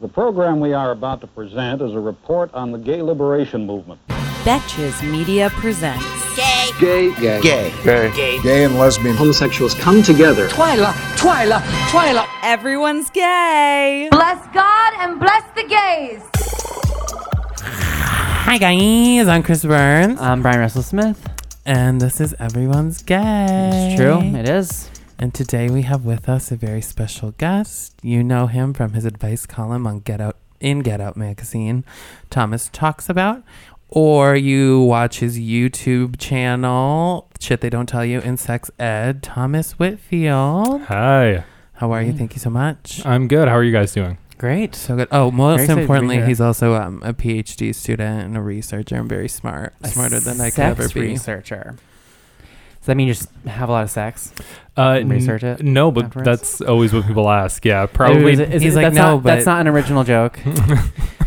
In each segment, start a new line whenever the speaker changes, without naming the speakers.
The program we are about to present is a report on the gay liberation movement.
Betches Media presents
Gay.
Gay. Gay.
Gay.
Gay.
Gay.
Gay and lesbian.
Homosexuals come together.
Twyla, Twyla, Twyla.
Everyone's Gay.
Bless God and bless the gays.
Hi guys, I'm Chris Burns.
I'm Brian Russell Smith.
And this is Everyone's Gay.
It's true, it is.
And today we have with us a very special guest. You know him from his advice column on Get Out in Get Out magazine, Thomas talks about. Or you watch his YouTube channel, Shit They Don't Tell You in Sex Ed, Thomas Whitfield.
Hi.
How are you? Thank you so much.
I'm good. How are you guys doing?
Great.
So good. Oh, most
Very excited to be
importantly,
here.
he's also um, a PhD student and a researcher and very smart,
A
smarter than I could
sex
ever be.
researcher. Does that mean you just have a lot of sex?
Uh,
And research
n-
it
No, but
afterwards?
that's always what people ask. Yeah, probably. Hmm?
Is it- is
He's
it-
like,
that's
"No,
not, that's
but-"
not an original joke.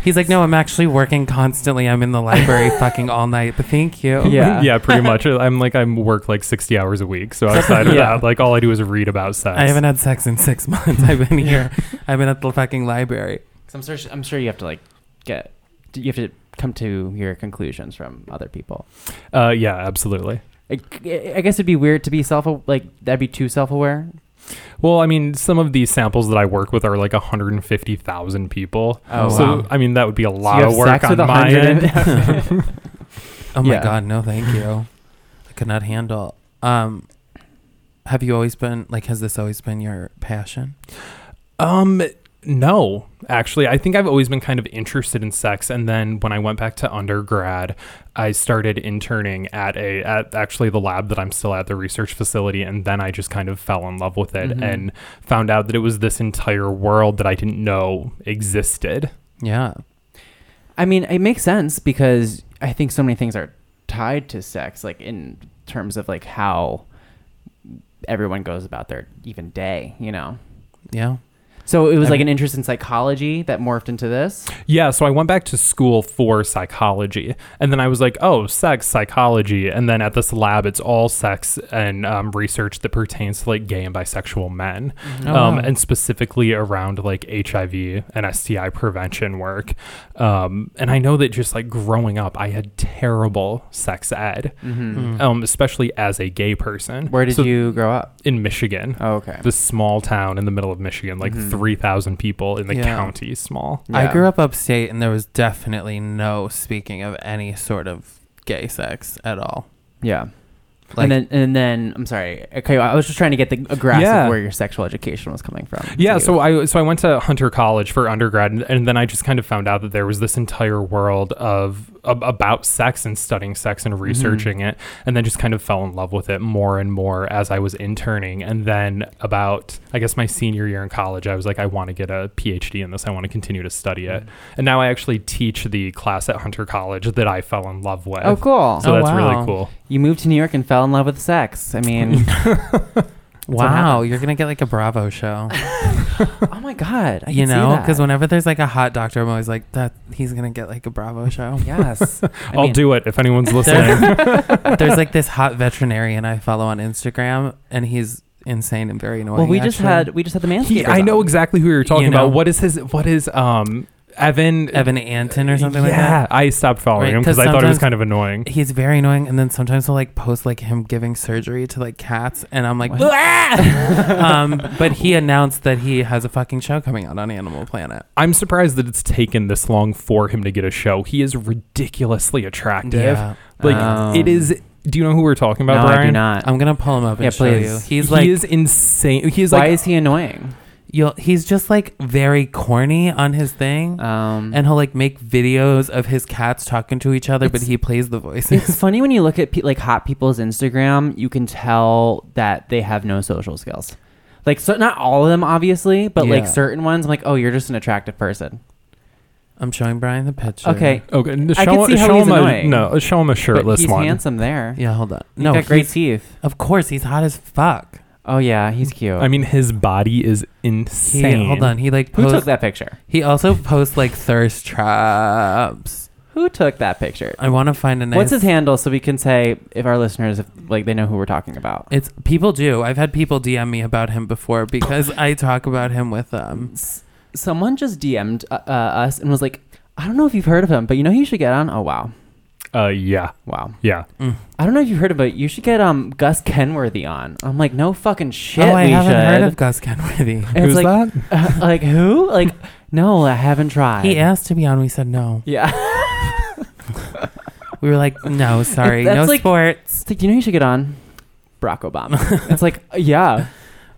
He's like, no, I'm actually working constantly. I'm in the library fucking all night, but thank you.
Yeah.
yeah, pretty much. Uh, I'm like I work like 60 hours a week. So outside of
Yeah.
that, like all I do is read about sex.
I haven't had sex in six months. I've been here. I've been at the fucking library.
'Cause I'm sure. I'm sure you have to like get. You have to come to your conclusions from other people.
Uh, yeah, absolutely.
I, I guess it'd be weird to be self like that'd be too self aware.
Well, I mean, some of these samples that I work with are like 150,000 people.
Oh,
so
wow.
I mean, that would be a lot
you
of
have
work
sex
on
with a
my
hundred
end.
and-
Oh my
Yeah.
god, no, thank you. I could not handle. Um, have you always been like? Has this always been your passion?
Um, no, actually, I think I've always been kind of interested in sex, and then when I went back to undergrad, I started interning at a at actually the lab that I'm still at the research facility, and then I just kind of fell in love with it
Mhm.
and found out that it was this entire world that I didn't know existed.
Yeah.
I mean, it makes sense because I think so many things are tied to sex, like in terms of like how everyone goes about their even day, you know.
Yeah.
So it was
I
like
mean-
an interest in psychology that morphed into this.
Yeah, so I went back to school for psychology, and then I was like, oh, sex psychology, and then at this lab, it's all sex and um, research that pertains to like gay and bisexual men,
Mm-hmm.
um,
wow.
and specifically around like HIV and STI prevention work. Um, and I know that just like growing up, I had terrible sex ed, um, especially as a gay person.
Mm-hmm. Where did
So-
you grow up?
in Michigan?
Oh, Mm-hmm. okay.
This small town in the middle of Michigan, like thousand people in the
Yeah.
county, small.
I
Yeah.
grew up upstate, and there was definitely no speaking of any sort of gay sex at all.
Yeah.
Like-
and then, and then, I'm sorry. Okay, I was just trying to get the a grasp
Yeah.
of where your sexual education was coming from.
Yeah,
You-
so I so I went to Hunter College for undergrad, and, and then I just kind of found out that there was this entire world of ab- about sex and studying sex and researching it, and then just kind of fell in love with it more and more as I was interning. And then about I guess my senior year in college, I was like, I want to get a PhD in this. I want to continue to study it. And now I actually teach the class at Hunter College that I fell in love with.
oh, cool.
So
Oh,
that's
wow.
really cool.
you moved to New York and fell in love with sex. I mean,
Wow, you're gonna get like a Bravo show,
oh my god, I
you
can see
know?
that.
Because whenever there's like a hot doctor, I'm always like, that he's gonna get like a Bravo show.
yes, I
I'll
mean,
do it if anyone's listening.
There's like this hot veterinarian I follow on Instagram, and he's insane and very annoying.
Well, we just
actually.
had we just had the manscapers.
He- I know
on.
exactly who you're talking
You know?
about. What is his? What is um Evan?
Evan Anton or something
yeah,
like that.
I stopped following
Right,
him
'cause
because I thought it was
sometimes-
kind of annoying.
He's very annoying, and then sometimes he'll like post like him giving surgery to like cats, and I'm like,
What?
"Blah!" um, but he announced that he has a fucking show coming out on Animal Planet.
I'm surprised that it's taken this long for him to get a show. He is ridiculously attractive.
Yeah.
Like
Um,
it is. Do you know who we're talking
No,
about,
I
Brian?
do not.
I'm gonna pull him up and
Yeah,
show
please.
you. He's like
he is insane. He's
Why
like
is he annoying?
you'll he's just like very corny on his thing
Um,
Mm-hmm. and he'll like make videos of his cats talking to each other but
It's-
he plays the voices
it's funny when you look at pe- like hot people's Instagram, you can tell that they have no social skills. Like, so not all of them, obviously, but like
Yeah.
certain ones, I'm like, oh, you're just an attractive person.
i'm showing brian the picture
Okay,
okay. n- Show,
I can see how
show
he's
him a,
annoying.
no. Show him a
but
shirtless
he's
one.
handsome there.
yeah hold on
no,
no
got great
he's-
teeth.
of course he's hot as fuck
Oh yeah, he's cute.
I mean, his body is
he,
insane.
hold on he like
who
posts
took that picture?
he also posts like thirst traps
Who took that picture?
i want to find a nice
What's his handle so we can say if our listeners if, like they know who we're talking about?
it's people do i've had people dm me about him before because i talk about him with um
someone just DM'd uh, uh, us and was like, I don't know if you've heard of him, but you know who you should get on? Oh, wow.
Uh, yeah,
Wow.
yeah.
I don't know if you've heard of it. You should get um Gus Kenworthy on. I'm like, no fucking shit.
oh, I
we
haven't
should.
heard of Gus Kenworthy.
And
Who's
it's like, uh, like who? Like, no, I haven't tried.
He asked to be on. We said no.
Yeah.
We were like, no, sorry,
That's
no
like-
sports.
It's like, you know who you should get on? Barack Obama. it's like, uh, yeah.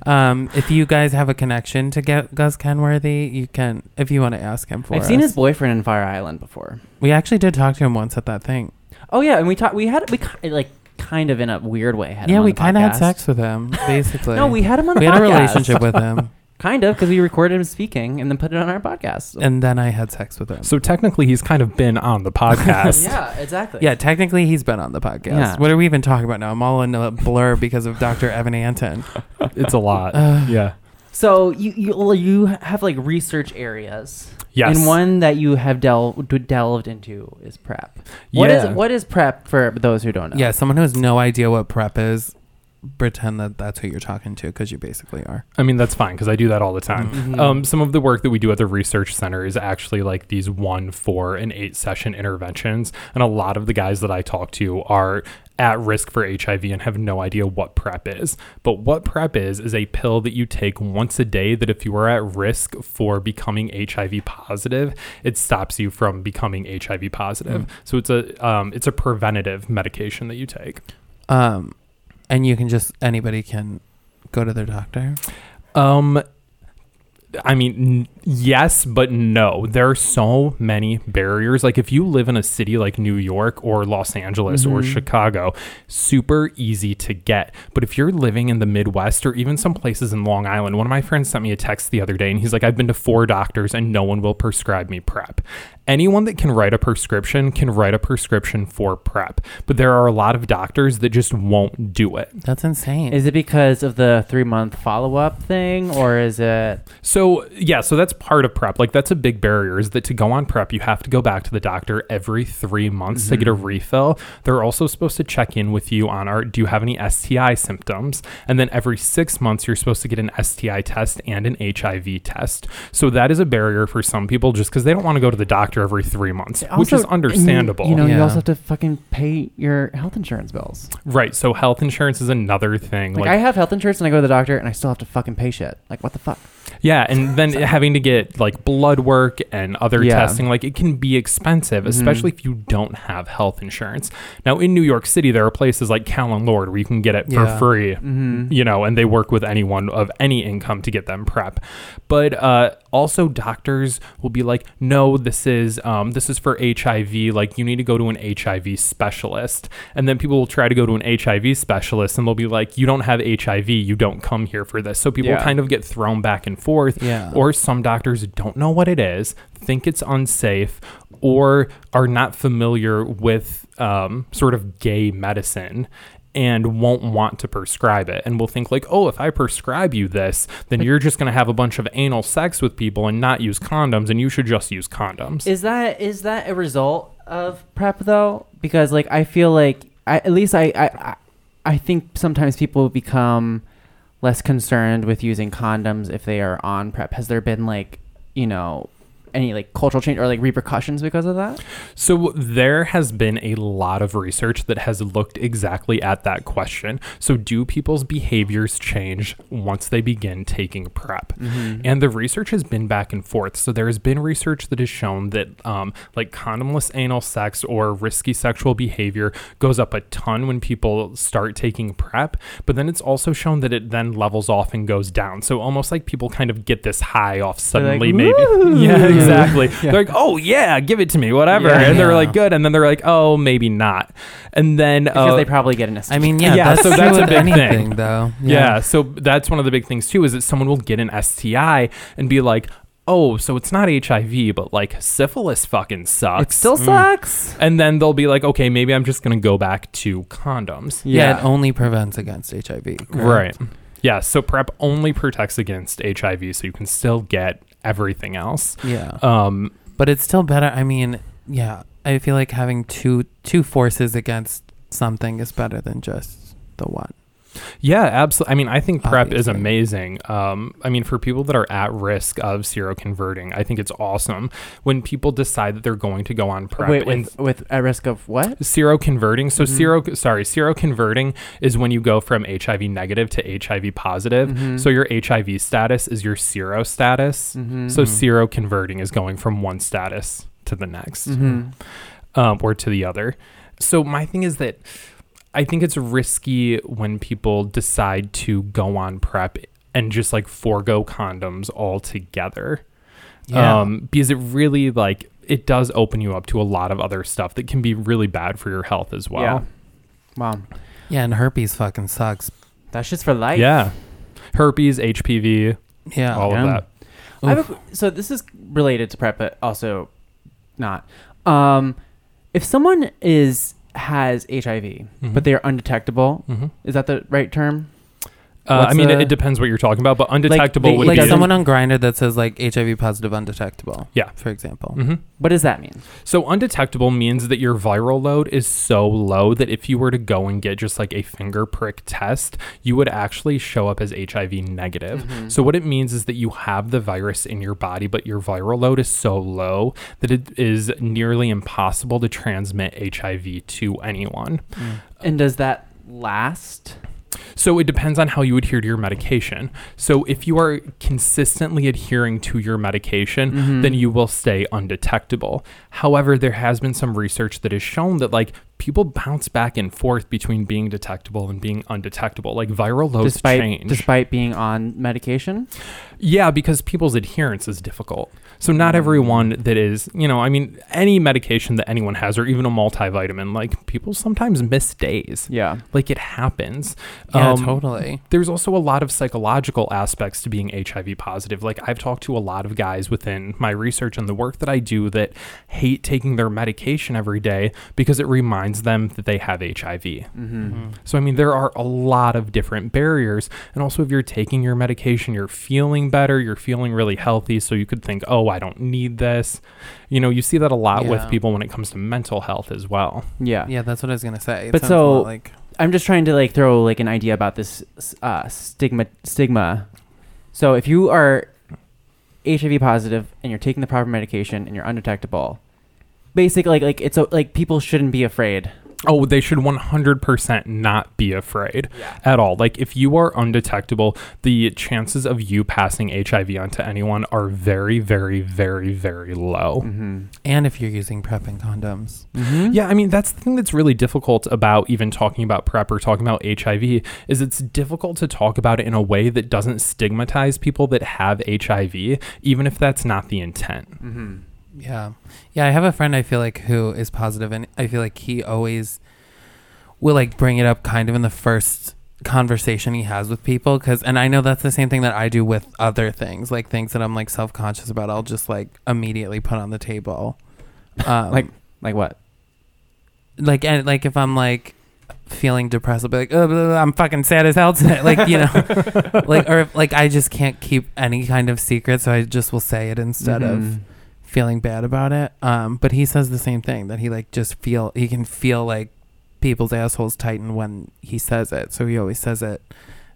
Um, if you guys have a connection to get Gus Kenworthy, you can. If you want to ask him for,
I've seen
us.
his boyfriend in Fire Island before.
We actually did talk to him once at that thing.
Oh yeah, and we talked. We had we ki- like kind of in a weird way. Had him
yeah,
on
we
the
kind of had
podcast.
sex with him, basically.
No, we had him on.
we
the
had a
podcast.
relationship with him,
kind of because we recorded him speaking and then put it on our podcast.
and then I had sex with him.
So technically, he's kind of been on the podcast.
yeah, exactly.
Yeah, technically he's been on the podcast.
Yeah.
What are we even talking about now? I'm all in a blur because of Dr. Evan Anton.
It's a lot.
Uh,
yeah.
So you you well, you have like research areas.
Yes.
And one that you have delved delved into is prep. What is
Yeah.
what is prep for those who don't know?
Yeah, someone who has no idea what prep is, pretend that that's who you're talking to because you basically are.
I mean, that's fine because I do that all the time.
Mm-hmm.
Um, some of the work that we do at the research center is actually like these one, four, and eight session interventions. And a lot of the guys that I talk to are at risk for HIV and have no idea what PrEP is. But what PrEP is, is a pill that you take once a day that if you are at risk for becoming HIV positive, it stops you from becoming HIV positive. So it's a, um, it's a preventative medication that you take.
Um, and you can just, anybody can go to their doctor.
Um, I mean, n- yes, but no. There are so many barriers. Like, if you live in a city like New York or Los Angeles or Chicago, super easy to get. But if you're living in the Midwest or even some places in Long Island, one of my friends sent me a text the other day and he's like, I've been to four doctors and no one will prescribe me PrEP. Anyone that can write a prescription can write a prescription for PrEP, but there are a lot of doctors that just won't do it.
That's insane.
Is it because of the three month follow up thing, or is it?
So yeah, so that's part of prep. Like that's a big barrier is that to go on prep, you have to go back to the doctor every three months to get a
Mm-hmm.
refill. They're also supposed to check in with you on our do you have any STI symptoms? And then every six months you're supposed to get an STI test and an HIV test. So that is a barrier for some people just because they don't want to go to the doctor every three months, which
Also,
is
and you-
understandable.
You, know, you
Yeah.
also have to fucking pay your health insurance bills.
right. So health insurance is another thing.
Like, I have health insurance and I go to the doctor and I still have to fucking pay shit. Like what the fuck?
Yeah, and then having to get like blood work and other
Yeah.
testing, like it can be expensive, especially if you don't have health insurance. Now, in New York City, there are places like Callan Lord where you can get it
Yeah.
for free,
Mm-hmm.
you know, and they work with anyone of any income to get them prep. But uh, also, doctors will be like, "No, this is um, this is for HIV. Like, you need to go to an HIV specialist." And then people will try to go to an HIV specialist, and they'll be like, "You don't have HIV. You don't come here for this." So people
Yeah.
kind of get thrown back and forth
Yeah.
or some doctors don't know what it is, think it's unsafe, or are not familiar with um, sort of gay medicine and won't want to prescribe it and will think like oh if i prescribe you this then you're just going to have a bunch of anal sex with people and not use condoms and you should just use condoms
Is that is that a result of prep though? Because like I feel like I, at least I, I I I think sometimes people become less concerned with using condoms if they are on prep. Has there been like you know any like cultural change or like repercussions because of that?
So there has been a lot of research that has looked exactly at that question. So do people's behaviors change once they begin taking prep? And the research has been back and forth. So there has been research that has shown that um, like condomless anal sex or risky sexual behavior goes up a ton when people start taking prep. But then it's also shown that it then levels off and goes down. So almost like people kind of get this high off
like,
suddenly, maybe. Yeah, exactly. They're like, oh yeah, give it to me, whatever.
Yeah.
and they're
Yeah.
like, good. And then they're like, oh, maybe not. And then
Because
uh,
they probably get an STD.
I mean, yeah,
Yeah,
that's,
so
true
that's a
with
big thing.
anything, though.
yeah. So that's one of the big things too is that someone will get an STI and be like, oh, so it's not HIV, but like syphilis fucking
it
sucks.
still sucks.
and then they'll be like, okay, maybe I'm just gonna go back to condoms.
Yeah, it only prevents against HIV. correct?
Right. Yeah. So PrEP only protects against HIV, so you can still get everything else.
Yeah.
Um,
but it's still better. I mean, yeah, I feel like having two two forces against something is better than just the one.
Yeah, absolutely. I mean, I think prep is
Obviously.
amazing. Um, I mean, for people that are at risk of seroconverting, I think it's awesome when people decide that they're going to go on prep.
Wait,
and
with, with at risk of what?
seroconverting. So sero, sorry, seroconverting is when you go from HIV negative to HIV positive. So your HIV status is your sero status. So seroconverting is going from one status to the next um, or to the other. So my thing is that I think it's risky when people decide to go on prep and just like forego condoms altogether.
Yeah.
Um, because it really like it does open you up to a lot of other stuff that can be really bad for your health as well.
Yeah. Wow,
Yeah, and herpes fucking sucks.
that's just for life.
Yeah. Herpes, HPV,
Yeah.
all
Oh, Yeah.
of that.
I have a, so this is related to prep, but also not. Um, if someone is has HIV,
Mm-hmm.
but they are undetectable, is that the right term?
Uh, I
What's
mean, it,
the-
it depends what you're talking about, but undetectable
the-
would
like
be
someone on Grinder that says like HIV positive undetectable.
Yeah. Mm-hmm.
For example.
What does that mean?
So undetectable means that your viral load is so low that if you were to go and get just like a finger prick test, you would actually show up as HIV negative. So what it means is that you have the virus in your body, but your viral load is so low that it is nearly impossible to transmit HIV to anyone.
And does that last?
So it depends on how you adhere to your medication. So if you are consistently adhering to your medication,
Mm-hmm.
then you will stay undetectable. However, there has been some research that has shown that like people bounce back and forth between being detectable and being undetectable. Like viral loads
despite
change.
despite being on medication.
Yeah, because people's adherence is difficult. So not
Mm.
everyone that is, you know, I mean, any medication that anyone has, or even a multivitamin, like people sometimes miss days.
Yeah.
like it happens.
Yeah,
Um,
totally.
There's also a lot of psychological aspects to being HIV positive. Like I've talked to a lot of guys within my research and the work that I do that hate taking their medication every day because it reminds them that they have HIV.
Mm-hmm.
So, I mean, there are a lot of different barriers. And also, if you're taking your medication, you're feeling better, you're feeling really healthy. So, you could think, oh, I don't need this. You know, you see that a lot with
Yeah.
people when it comes to mental health as well.
Yeah.
Yeah, that's what I was gonna say. It
But
sounds a lot
so-
like
I'm just trying to like throw like an idea about this uh, stigma stigma. So if you are HIV positive and you're taking the proper medication and you're undetectable, basically like like it's a, like people shouldn't be afraid.
Oh, they should 100% not be afraid at all. Like, if you are undetectable, the chances of you passing HIV onto anyone are very, very, very, very low.
and if you're using prep and condoms.
Mm-hmm.
Yeah, I mean, that's the thing that's really difficult about even talking about PrEP or talking about HIV is it's difficult to talk about it in a way that doesn't stigmatize people that have HIV, even if that's not the intent.
Yeah. Yeah, I have a friend I feel like who is positive and I feel like he always will like bring it up kind of in the first conversation he has with people cuz and I know that's the same thing that I do with other things, like things that I'm like self-conscious about, I'll just like immediately put on the table. Um,
Like like what?
like and like if I'm like feeling depressed, I'll be like, "Ugh, blah, blah, I'm fucking sad as hell tonight. Like you know, like or if, like I just can't keep any kind of secret, so I just will say it instead of
Mm-hmm.
Mhm.
feeling bad about it. Um, but he says the same thing that he like just feel he can feel like people's assholes tighten when he says it, so he always says it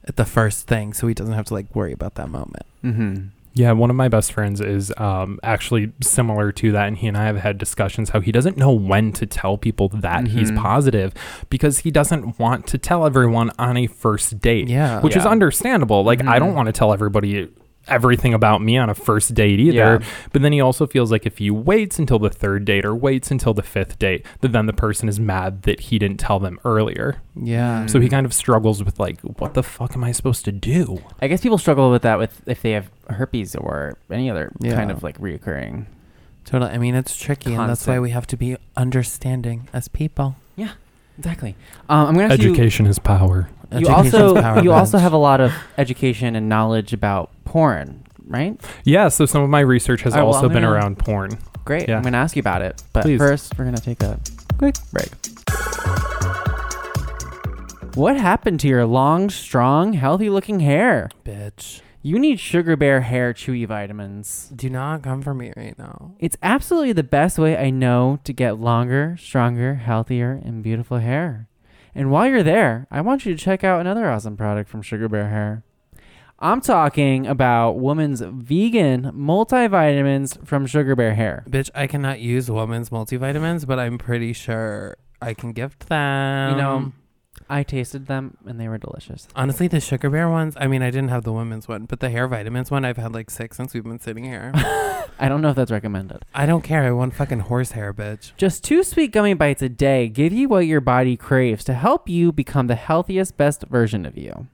at the first thing, so he doesn't have to like worry about that moment.
Mm-hmm.
Yeah, one of my best friends is um, actually similar to that, and he and I have had discussions how he doesn't know when to tell people that he's positive because he doesn't want to tell everyone on a first date.
Yeah.
which is understandable. Like I don't want to tell everybody everything about me on a first date either.
Yeah.
But then he also feels like if he waits until the third date or waits until the fifth date, that then the person is mad that he didn't tell them earlier.
Yeah.
Mm.
So he kind of struggles with like, what the fuck am I supposed to do?
I guess people struggle with that with if they have herpes or any other
Yeah.
kind of like reoccurring.
Totally. I mean, it's tricky, and that's why
Constant.
we have to be understanding as people.
Yeah, exactly. Um, I'm gonna ask you-
Education is power.
You
Education's
also
power,
you also
bitch.
have a lot of education and knowledge about porn, right?
Yeah, so some of my research has
All right, well,
also
I'm
been
gonna-
around porn.
Great.
Yeah.
I'm going to ask you about it, but
Please.
first we're going to take a quick break. What happened to your long, strong, healthy-looking hair?
bitch.
You need Sugar Bear hair chewy vitamins.
Do not come for me right now.
It's absolutely the best way I know to get longer, stronger, healthier, and beautiful hair. And while you're there, I want you to check out another awesome product from Sugar Bear Hair. I'm talking about women's vegan multivitamins from Sugar Bear Hair.
Bitch, I cannot use woman's multivitamins, but I'm pretty sure I can gift them.
you know, Um, I tasted them and they were delicious.
honestly, the sugar bear ones. I mean, I didn't have the women's one, but the hair vitamins one, I've had like six since we've been sitting here.
I don't know if that's recommended.
I don't care. I want fucking horsehair, bitch.
Just two sweet gummy bites a day give you what your body craves to help you become the healthiest, best version of you.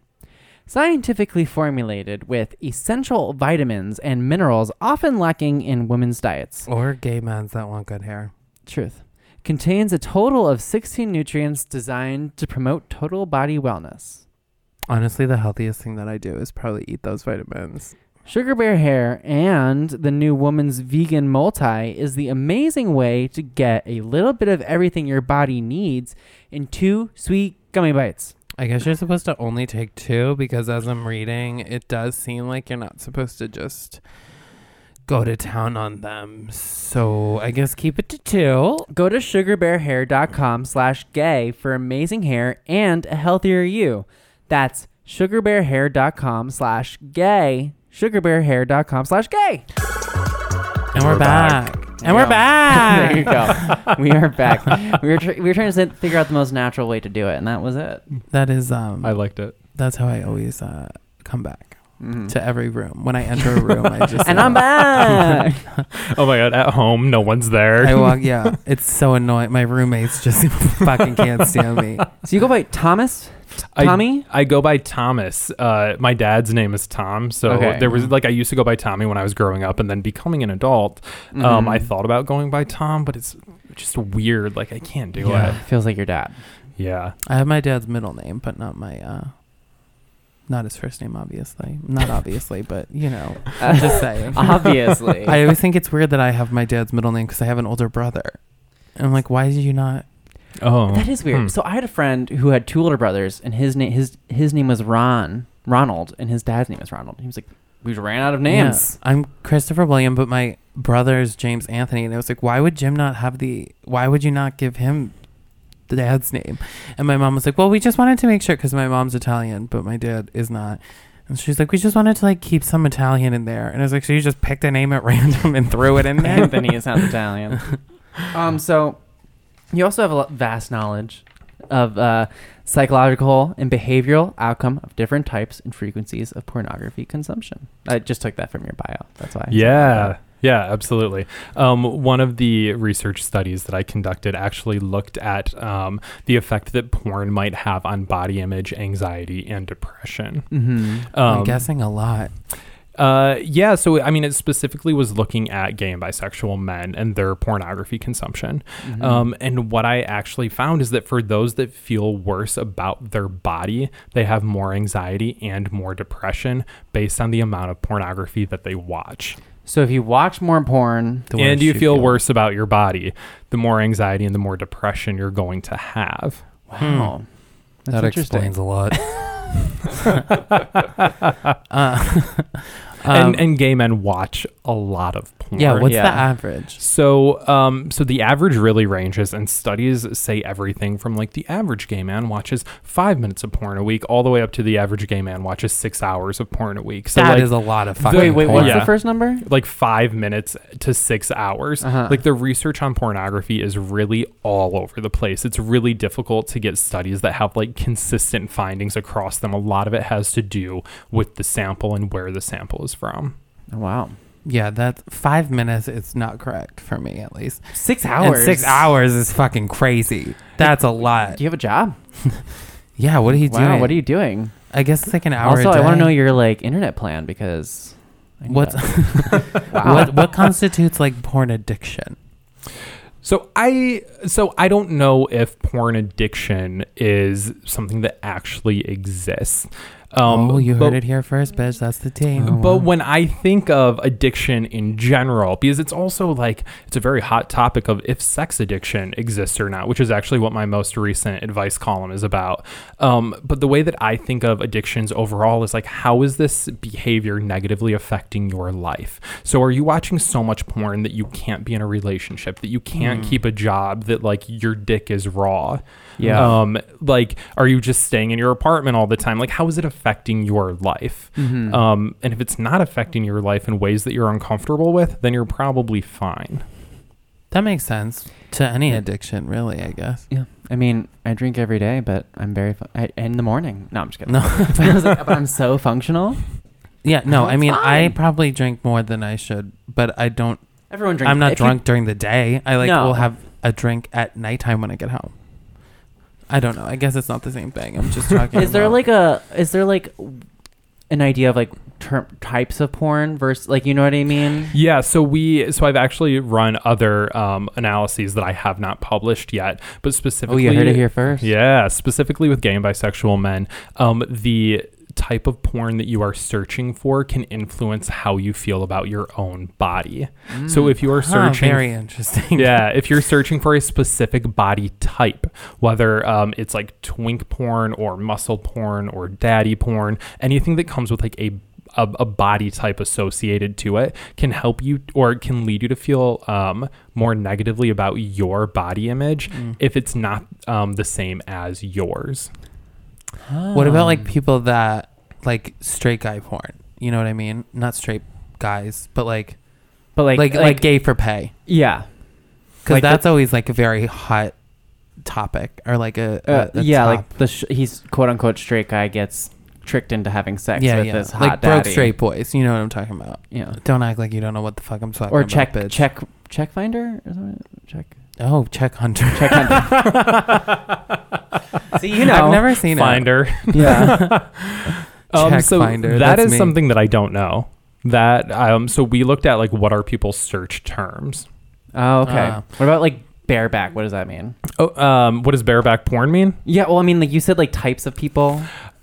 Scientifically formulated with essential vitamins and minerals often lacking in women's diets.
Or gay mans that want good hair.
Truth. Contains a total of 16 nutrients designed to promote total body wellness.
Honestly, the healthiest thing that I do is probably eat those vitamins.
Sugar Bear Hair and the new Woman's Vegan Multi is the amazing way to get a little bit of everything your body needs in two sweet gummy bites.
I guess you're supposed to only take two because as I'm reading, it does seem like you're not supposed to just go to town on them. So I guess keep it to two.
Go to sugarbearhair.com slash gay for amazing hair and a healthier you. That's sugarbearhair.com slash gay. Sugarbearhair.com slash gay.
And we're, back. And
There you
we're
go.
back.
There you go. we are back. We were, tr- we were trying to sit- figure out the most natural way to do it, and that was it.
That is um
I liked it.
that's how I always uh come back
Mhm.
Mm-hmm. to every room. When I enter a room, I just
And I'm back.
Oh my god, at home, no one's there.
I walk yeah. It's so annoying. My roommates just fucking can't stand me.
So you go by Thomas?
I-
Tommy?
I go by Thomas. Uh, my dad's name is Tom, so
Okay.
there was like I used to go by Tommy when I was growing up, and then becoming an adult, um,
Mm-hmm.
I thought about going by Tom, but it's just weird. Like I can't do
Yeah.
it.
Feels like your dad.
Yeah,
I have my dad's middle name, but not my uh not his first name obviously. Not obviously, but you know, I'm just saying.
Uh, Obviously.
I always think it's weird that I have my dad's middle name because I have an older brother. And I'm like, why did you not?
Oh,
that is weird.
Hmm.
So I had a friend who had two older brothers, and his name his his name was Ron Ronald, and his dad's name was Ronald. He was like, we just ran out of names.
Yeah, I'm Christopher William, but my brother's James Anthony, and I was like, why would Jim not have the? Why would you not give him the dad's name? And my mom was like, well, we just wanted to make sure because my mom's Italian, but my dad is not. And she's like, we just wanted to like keep some Italian in there. And I was like, so you just picked a name at random and threw it in there.
Anthony sounds Italian. um. So you also have a lo- vast knowledge of uh, psychological and behavioral outcome of different types and frequencies of pornography consumption. I just took that from your bio. That's why. I said
Yeah. Yeah, absolutely. Um, one of the research studies that I conducted actually looked at um, the effect that porn might have on body image, anxiety, and depression.
that. Mhm.
I'm
Um,
guessing a lot.
uh, yeah, so I mean, it specifically was looking at gay and bisexual men and their pornography consumption.
Mm-hmm.
Mm-hmm.
Um, and what I actually found is that for those that feel worse about their body, they have more anxiety and more depression based on the amount of pornography that they watch.
So if you watch more porn,
the
and
worse
you
you
feel
feel.
worse about your body, the more anxiety and the more depression you're going to have.
wow, that's
that
interesting.
explains a lot. Uh,
and, and gay men watch a lot of porn.
Um, Yeah, what's
Yeah.
the average?
So, um, so the average really ranges, and studies say everything from like the average gay man watches five minutes of porn a week, all the way up to the average gay man watches six hours of porn a week. So
That is
like,
a lot of fucking.
Wait, wait, what's
porn.
Yeah.
the first number?
like five minutes to six hours.
Uh-huh.
Like the research on pornography is really all over the place. It's really difficult to get studies that have like consistent findings across them. A lot of it has to do with the sample and where the sample is from.
Oh, wow,
Yeah, that's five minutes. It's not correct for me, at least.
six
And
hours.
six hours is fucking crazy. That's a lot.
Do you have a job?
Yeah, what are you
Wow,
doing?
what are you doing?
I guess it's like an hour.
Also,
a
I want to
day.
know your like internet plan because I need
What's-
that. wow.
what what constitutes like porn addiction.
So I so I don't know if porn addiction is something that actually exists. Um,
oh, you
but-
heard it here first, bitch. That's the team.
but when I think of addiction in general, because it's also like it's a very hot topic of if sex addiction exists or not, which is actually what my most recent advice column is about. Um, but the way that I think of addictions overall is like, how is this behavior negatively affecting your life? So are you watching so much porn that you can't be in a relationship, that you can't keep a job, that like your dick is raw?
Yeah.
Um, like, are you just staying in your apartment all the time? Like, how is it affecting your life?
Mm-hmm.
Um, and if it's not affecting your life in ways that you're uncomfortable with, then you're probably fine.
that makes sense to any addiction, really. I guess.
Yeah. I mean, I drink every day, but I'm very fu- I, in the morning. No, I'm just kidding.
No.
but, I was like, but I'm so functional.
Yeah. No. I
That's
mean, I
fine.
probably drink more than I should, but I don't.
Everyone drinks.
I'm not
if you-
drunk during the day. I like
No.
will have a drink at nighttime when I get home. I don't know. I guess it's not the same thing. I'm just talking.
is there
about-
like a is there like an idea of like term, types of porn versus like you know what I mean?
Yeah, so we so I've actually run other um, analyses that I have not published yet, but
Oh,
specifically
you heard it here first.
Yeah, specifically with gay and bisexual men, um, the type of porn that you are searching for can influence how you feel about your own body.
Hmm. Mm.
So if you
Ah,
are
Huh,
searching
very interesting.
yeah, if you're searching for a specific body type, whether um, it's like twink porn or muscle porn or daddy porn, anything that comes with like a a, a body type associated to it can help you or it can lead you to feel um, more negatively about your body image
Mm.
if it's not um, the same as yours.
What about
Hmm.
like people that like straight guy porn? You know what I mean? Not straight guys, but like
But like
like like, gay for pay.
yeah.
Because
Like the-
that's always like a very hot topic or like a, a-
Uh,
a
yeah,
top.
like the sh- he's quote unquote straight guy gets tricked into having sex
yeah,
with
yeah.
this hot
like
daddy.
broke straight boys. You know what I'm talking about?
Yeah.
Don't act like you don't know what the fuck I'm talking
Or
about.
check
bitch.
check check finder or something. Check.
Oh, check hunter.
Check hunter.
See, you know, I've never seen it.
Finder. Um,
yeah.
Check Finder,
That
that's
is
me.
something that I don't know. That um, so we looked at like what are people's search terms.
Oh, okay.
Ah.
what about like bareback? What does that mean?
Oh, um, what does bareback porn mean?
Yeah, well, I mean, like you said, like types of people.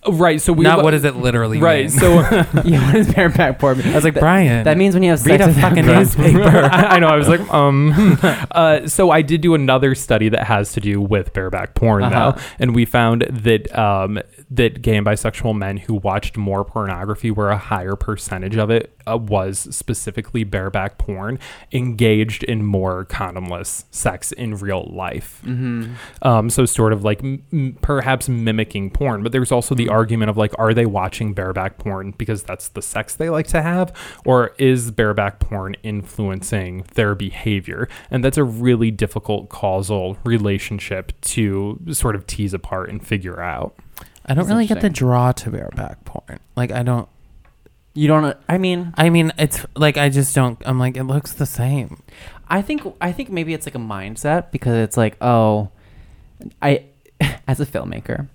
Right. So we
Not
lo-
what does it literally
right.
mean?
So
yeah, what is bareback porn? mean?
I was like,
That-
Brian,
That means when you have
read
sex
a
with
fucking
everyone.
newspaper.
I, I know. I was like, um. hmm. Uh, so I did do another study that has to do with bareback porn,
Uh-huh.
though, and we found that um, that gay and bisexual men who watched more pornography were a higher percentage of it uh, was specifically bareback porn engaged in more condomless sex in real life. Um, so sort of like m- m- perhaps mimicking porn, but there's also the argument of like, are they watching bareback porn because that's the sex they like to have, or is bareback porn influencing their behavior? And that's a really difficult causal relationship to sort of tease apart and figure out.
I don't
That's
really get the
interesting.
draw to bareback porn. Like, I don't.
You don't. I mean,
I mean, it's like I just don't. I'm like, it looks the same.
I think I think maybe it's like a mindset because it's like, oh, I, as a filmmaker,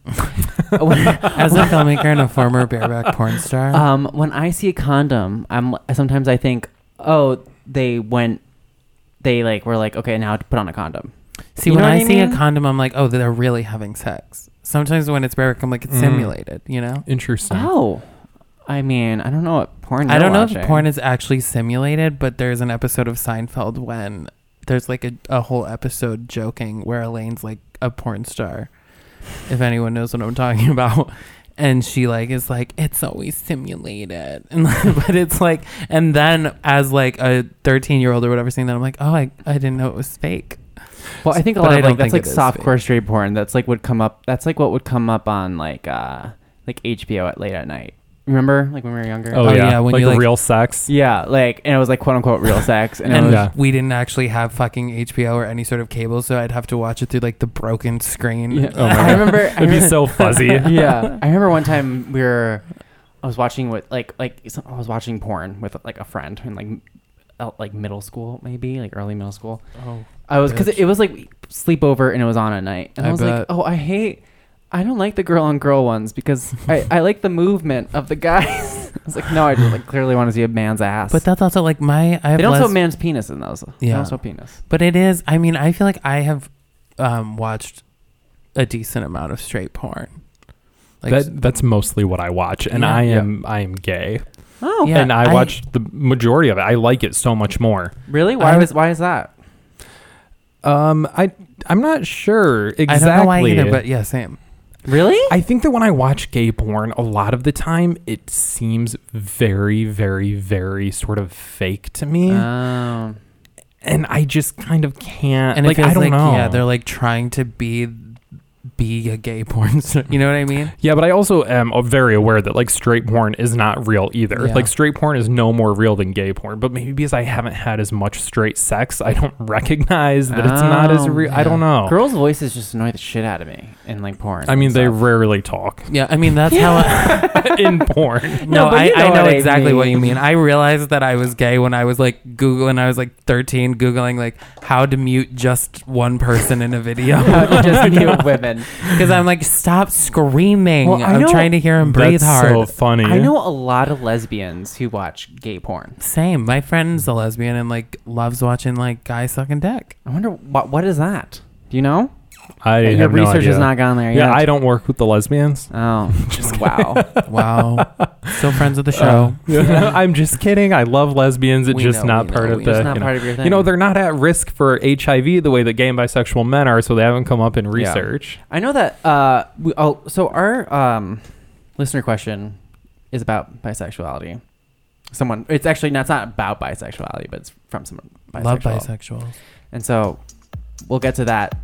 As a filmmaker and a former bareback porn star,
um, when I see a condom, I'm sometimes I think, oh, they went, they like were like, okay, now to put on a condom.
see
you
when
know
I,
what I
see a
mean?
condom, I'm like, oh, they're really having sex. Sometimes when it's bareback, I'm like,
Mm.
it's simulated. You know,
Interesting.
Oh, I mean, I don't know what porn.
Uh-huh. I
you're
don't know if
watching.
porn is actually simulated, but there's an episode of Seinfeld when there's like a, a whole episode joking where Elaine's like a porn star, if anyone knows what I'm talking about. And she like is like it's always simulated, and like, but it's like, and then as like a thirteen year old or whatever, seeing that I'm like, oh, I, I didn't know it was fake.
Well, I think a
But
lot
I
of like
don't
that's like
think it is
softcore straight porn. That's like would come up. That's like what would come up on like uh like HBO at late at night. Remember, like when we were younger.
Oh,
Oh,
yeah.
yeah, when
like,
you, like-
real sex.
yeah, like and it was like quote unquote real sex, and, it
and
was,
Yeah.
we didn't actually have fucking HBO or any sort of cable, so I'd have to watch it through like the broken screen.
Yeah.
Oh my
I
God.
remember. I
It'd be
remember-
so fuzzy.
yeah, I remember one time we were. I was watching with like like some- I was watching porn with like a friend in like m- el- like middle school maybe like early middle school.
Oh,
I was because
bitch.
it was like sleepover and it was on at night, and I,
I
was
bet.
like, oh, I hate. I don't like the girl on girl ones because I, I like the movement of the guys. I was like, no, I just like clearly want to see a man's ass.
But that's also like my. I have
they don't show
less-
man's penis in those. They
Yeah.
don't show penis.
But it is. I mean, I feel like I have um, watched a decent amount of straight porn. Like,
that that's mostly what I watch, and
Yeah.
I
Yeah.
am I am gay,
Oh,
Yeah,
and I
I-
watch the majority of it. I like it so much more.
really? Why
I-
was why is that?
Um, I I'm not sure
I
exactly.
don't know why either, but yeah, same.
Really?
I think that when I watch gay porn, a lot of the time it seems very, very, very sort of fake to me,
Uh.
Um,
and I just kind of can't.
And
like
it feels
I don't
like
know.
yeah, they're like trying to be be a gay porn star. You know what I mean?
Yeah, but I also am uh, very aware that like straight porn is not real either.
Yeah.
Like straight porn is no more real than gay porn, but maybe because I haven't had as much straight sex, I don't recognize that it's not as
Oh,
real. I don't know.
girls' voices just annoy the shit out of me in like porn.
I mean,
and
they
stuff.
rarely talk
Yeah, I mean that's how I,
in porn.
No,
No, but
I,
you know
I know
what I
exactly what you
mean.
mean. I realized that I was gay when I was like Googling, I was like 13, Googling like how to mute just one person in a video.
How to just mute women.
Because I'm like, stop screaming.
Well, I
I'm
know-
trying to hear him breathe
That's so
hard.
funny.
I know a lot of lesbians who watch gay porn.
Same. My friend's a lesbian and like loves watching like guys sucking dick.
I wonder what what is that? Do you know?
I
Your
have no
research has
idea.
not gone there
Yeah,
yet.
I don't work with the lesbians.
Oh, wow.
Wow. Still friends with the
Oh.
show.
Uh, I'm just kidding. I love lesbians. It's
We
just
know,
not
we
part
know,
of
we
the.
know.
It's not
you know,
part of your
You know,
thing.
they're not at risk for HIV the way that gay and bisexual men are, so they haven't come up in research.
I know that. Uh, we, oh, so our um, listener question is about bisexuality. Someone, it's actually not, it's not about bisexuality, but it's from someone. Uh, Bisexual.
Love bisexuals.
And so, we'll get to that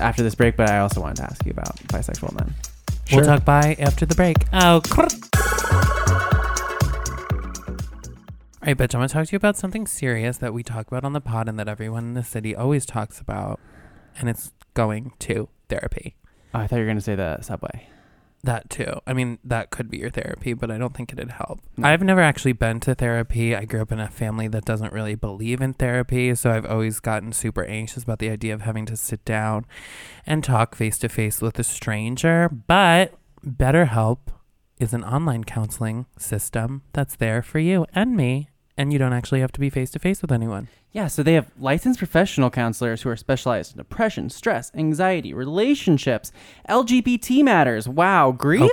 after this break. But I also wanted to ask you about bisexual men.
We'll talk bye after the break. Oh, crrr. All right, bitch, I'm going to talk to you about something serious that we talk about on the pod and that everyone in the city always talks about, and it's going to therapy.
Oh, I thought you were gonna say the subway.
That too. I mean, that could be your therapy, but I don't think it'd help. I've never actually been to therapy. I grew up in a family that doesn't really believe in therapy, so I've always gotten super anxious about the idea of having to sit down and talk face to face with a stranger. But BetterHelp is an online counseling system that's there for you and me, and you don't actually have to be face to face with anyone.
Yeah, so they have licensed professional counselors who are specialized in depression, stress, anxiety, relationships, LGBT matters. Wow, grief.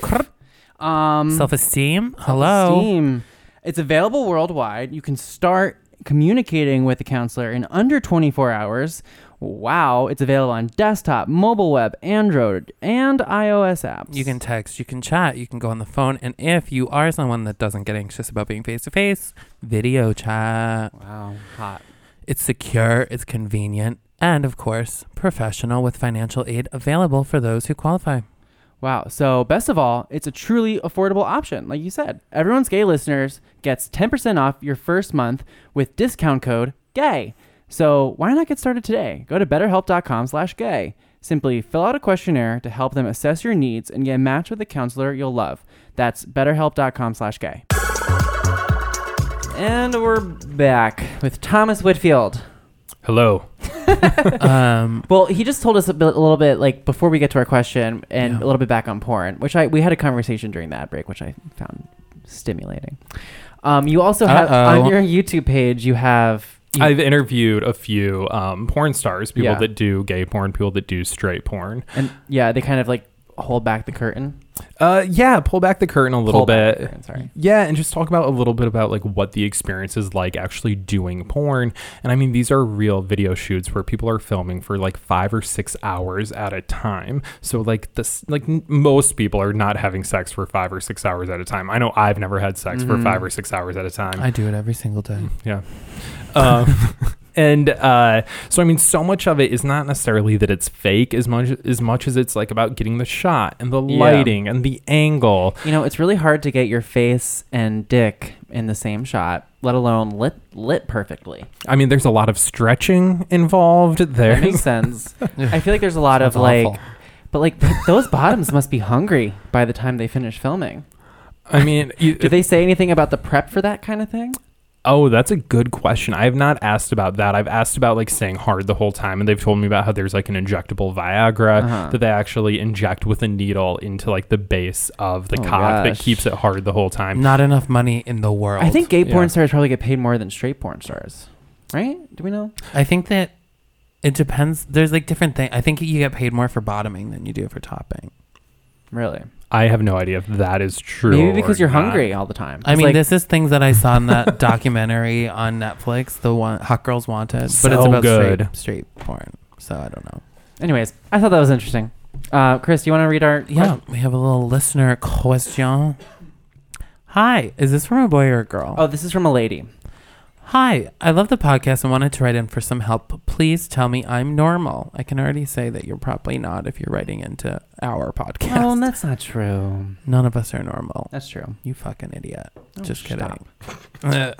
um,
Self esteem? Oh, Hello.
Steam. It's available worldwide. You can start communicating with a counselor in under 24 hours. Wow. It's available on desktop, mobile web, Android, and iOS apps.
You can text, you can chat, you can go on the phone, and if you are someone that doesn't get anxious about being face to face, video chat.
Wow. Hot.
It's secure, it's convenient, and of course, professional with financial aid available for those who qualify.
Wow. So, best of all, it's a truly affordable option. Like you said, everyone's gay listeners gets 10% off your first month with discount code GAY. So, why not get started today? Go to betterhelp.com/gay. Simply fill out a questionnaire to help them assess your needs and get matched with a counselor you'll love. That's betterhelp.com/gay. And we're back with Thomas Whitfield.
Hello.
Um,
Well, he just told us a, bit, a little bit, like before we get to our question, and a little bit back on porn, which I we had a conversation during that break, which I found stimulating. Um, you also have
Uh-oh.
on your YouTube page, you have you-
I've interviewed a few um, porn stars, people
Yeah.
that do gay porn, people that do straight porn.
and yeah, they kind of like hold back the curtain
Uh, yeah, pull back the curtain a little
Pull back the
bit.
curtain, sorry.
Yeah, and just talk about a little bit about like what the experience is like actually doing porn. And I mean, these are real video shoots where people are filming for like five or six hours at a time. So like this, like n- most people are not having sex for five or six hours at a time. I know I've never had sex for five or six hours at a time.
I do it every single day.
Yeah. Um, and uh, so, I mean, so much of it is not necessarily that it's fake as much as much as it's like about getting the shot and the
Yeah.
lighting and the angle.
You know, it's really hard to get your face and dick in the same shot, let alone lit lit perfectly.
I mean, there's a lot of stretching involved.
That
There's
makes sense. I feel like there's a lot of
Sounds
like,
awful.
but like those bottoms must be hungry by the time they finish filming.
I mean, you,
Do they say anything about the prep for that kind of thing?
oh, that's a good question. I have not asked about that. I've asked about like staying hard the whole time, and they've told me about how there's like an injectable Viagra
Uh-huh.
that they actually inject with a needle into like the base of the
Oh,
cock that
gosh.
keeps it hard the whole time.
Not enough money in the world.
I think gay
Yeah.
porn stars probably get paid more than straight porn stars, right? Do we know?
I think that it depends. There's like different things. I think you get paid more for bottoming than you do for topping.
Really?
I have no idea if that is true.
Maybe
or
because you're
not.
hungry all the time.
I
It's
mean,
like-
this is things that I saw in that documentary on Netflix, the one Hot Girls Wanted, but
So
it's about
good.
Straight, straight porn. So I don't know.
Anyways, I thought that was interesting. Uh, Chris, do you want to read our?
Yeah, we have a little listener question. Hi, is this from a boy or a girl?
Oh, this is from a lady.
Hi, I love the podcast and wanted to write in for some help. Please tell me I'm normal. I can already say that you're probably not if you're writing into our podcast.
Oh, that's not true.
None of us are normal.
That's true.
You fucking idiot. Just
stop.
kidding.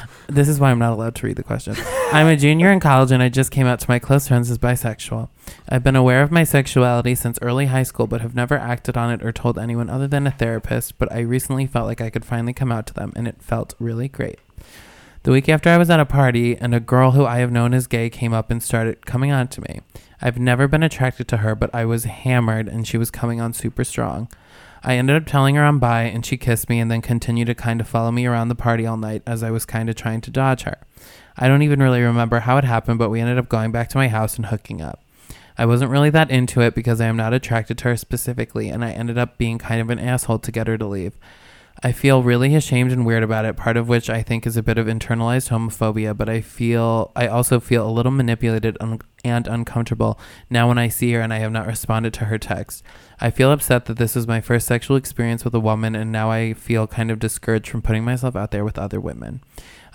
this is why I'm not allowed to read the question. I'm a junior in college and I just came out to my close friends as bisexual. I've been aware of my sexuality since early high school, but have never acted on it or told anyone other than a therapist. But I recently felt like I could finally come out to them, and it felt really great. The week after I was at a party, and a girl who I have known as gay came up and started coming on to me. I've never been attracted to her, but I was hammered and she was coming on super strong. I ended up telling her I'm bi, and she kissed me and then continued to kind of follow me around the party all night as I was kind of trying to dodge her. I don't even really remember how it happened, but we ended up going back to my house and hooking up. I wasn't really that into it because I am not attracted to her specifically, and I ended up being kind of an asshole to get her to leave. I feel really ashamed and weird about it, part of which I think is a bit of internalized homophobia, but I feel I also feel a little manipulated un- and uncomfortable now when I see her and I have not responded to her text. I feel upset that this was my first sexual experience with a woman and now I feel kind of discouraged from putting myself out there with other women.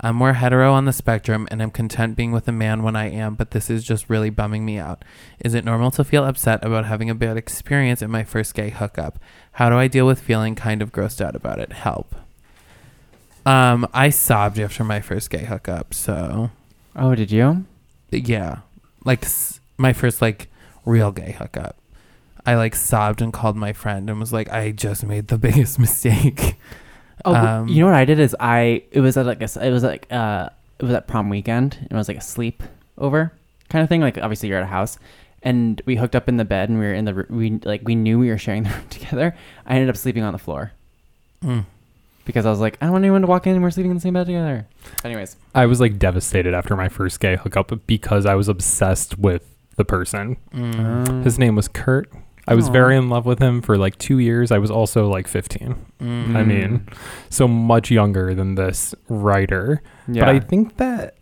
I'm more hetero on the spectrum and I'm content being with a man when I am, but this is just really bumming me out. Is it normal to feel upset about having a bad experience at my first gay hookup? How do I deal with feeling kind of grossed out about it? Help. Um, I sobbed after my first gay hookup, so
Oh, did you?
yeah, like s- my first like real gay hookup. I like sobbed and called my friend and was like, I just made the biggest mistake.
Oh,
Um,
you know what I did is I it was at like a s- it was like uh it was at prom weekend and it was like a sleep over kind of thing. Like obviously you're at a house, and we hooked up in the bed and we were in the r- we like we knew we were sharing the room together. I ended up sleeping on the floor
Mm.
because I was like I don't want anyone to walk in and we're sleeping in the same bed together. Anyways,
I was like devastated after my first gay hookup because I was obsessed with the person.
mm. Um,
His name was Kurt. I was
Mm. Aw.
very in love with him for like two years. I was also like 15.
Mm.
I mean, so much younger than this writer.
yeah,
But I think that,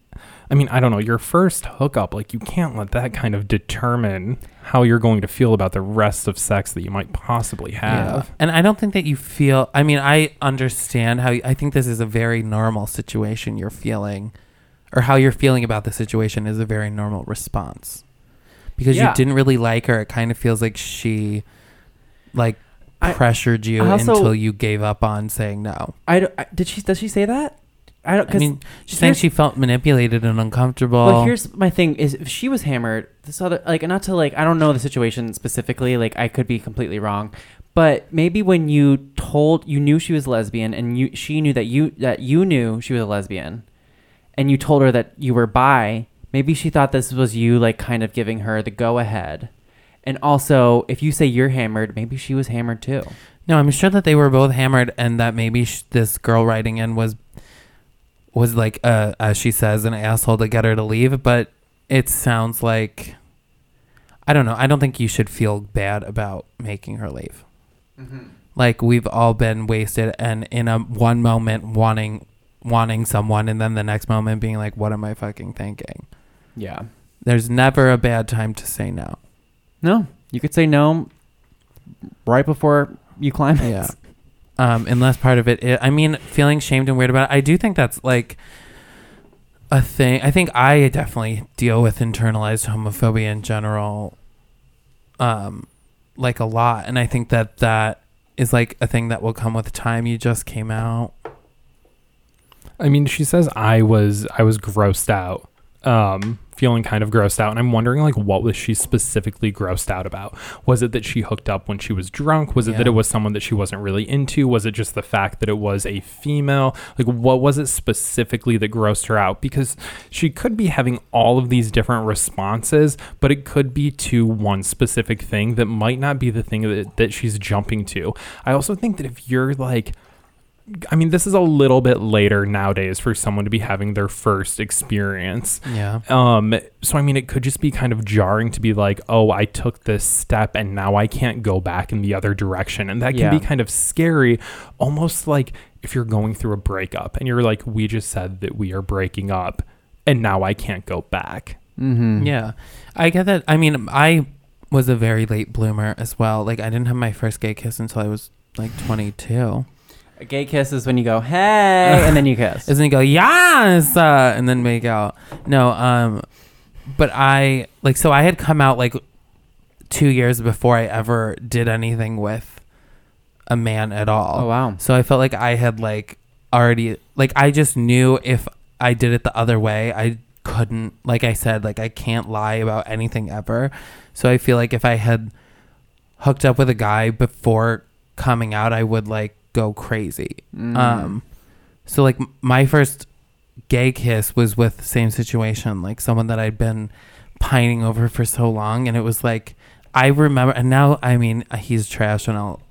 I mean, I don't know, your first hookup, like, you can't let that kind of determine how you're going to feel about the rest of sex that you might possibly
Yeah.
have.
And I don't think that you feel. I mean, I understand how. I think this is a very normal situation you're feeling, or how you're feeling about the situation is a very normal response, because
Yeah.
you didn't really like her. It kind of feels like she, like,
I-
pressured you
I also-
until you gave up on saying no.
I, don't- I- did she does she say that? I don't.
I
Cause,
mean, she's saying
here's-
she felt manipulated and uncomfortable.
Well, here's my thing: is if she was hammered, this other like not to like I don't know the situation specifically. Like I could be completely wrong, but maybe when you told you knew she was lesbian and you she knew that you that you knew she was a lesbian, and you told her that you were bi. Maybe she thought this was you like kind of giving her the go ahead. And also, if you say you're hammered, maybe she was hammered too.
No, I'm sure that they were both hammered, and that maybe sh- this girl writing in was was like, uh, as she says, an asshole to get her to leave. But it sounds like I don't know. I don't think you should feel bad about making her leave. Like we've all been wasted, and in a one moment wanting wanting someone, and then the next moment being like, "What am I fucking thinking?"
Yeah.
There's never a bad time to say no.
No, you could say no right before you climax.
Yeah. Um, unless part of it, i I mean, feeling shamed and weird about it. I do think that's like a thing. I think I definitely deal with internalized homophobia in general, um, like a lot. And I think that that is like a thing that will come with time. You just came out.
I mean, she says I was I was grossed out, um, feeling kind of grossed out, and I'm wondering like what was she specifically grossed out about? Was it that she hooked up when she was drunk? Was it that
Yeah.
it was someone that she wasn't really into? Was it just the fact that it was a female? Like, what was it specifically that grossed her out? Because she could be having all of these different responses, but it could be to one specific thing that might not be the thing that, that she's jumping to. I also think that if you're like I mean, this is a little bit later nowadays for someone to be having their first experience.
Yeah.
Um, so I mean, it could just be kind of jarring to be like, oh, I took this step and now I can't go back in the other direction, and that can
Yeah.
be kind of scary, almost like if you're going through a breakup and you're like, we just said that we are breaking up, and now I can't go back.
Mm-hmm.
Mm. Yeah. I get that. I mean, I was a very late bloomer as well. Like, I didn't have my first gay kiss until I was like 22.
A gay kiss is when you go, hey, and then you kiss.
Isn't he go yes, uh, and then make out? No, um, but I like so I had come out like two years before I ever did anything with a man at all.
Oh, wow.
So I felt like I had like already like I just knew if I did it the other way, I couldn't. Like I said, like I can't lie about anything ever. So I feel like if I had hooked up with a guy before coming out, I would like go crazy. Um, so like m- my first gay kiss was with the same situation, like someone that I'd been pining over for so long, and it was like I remember, and now I mean uh, he's trash, and I'll,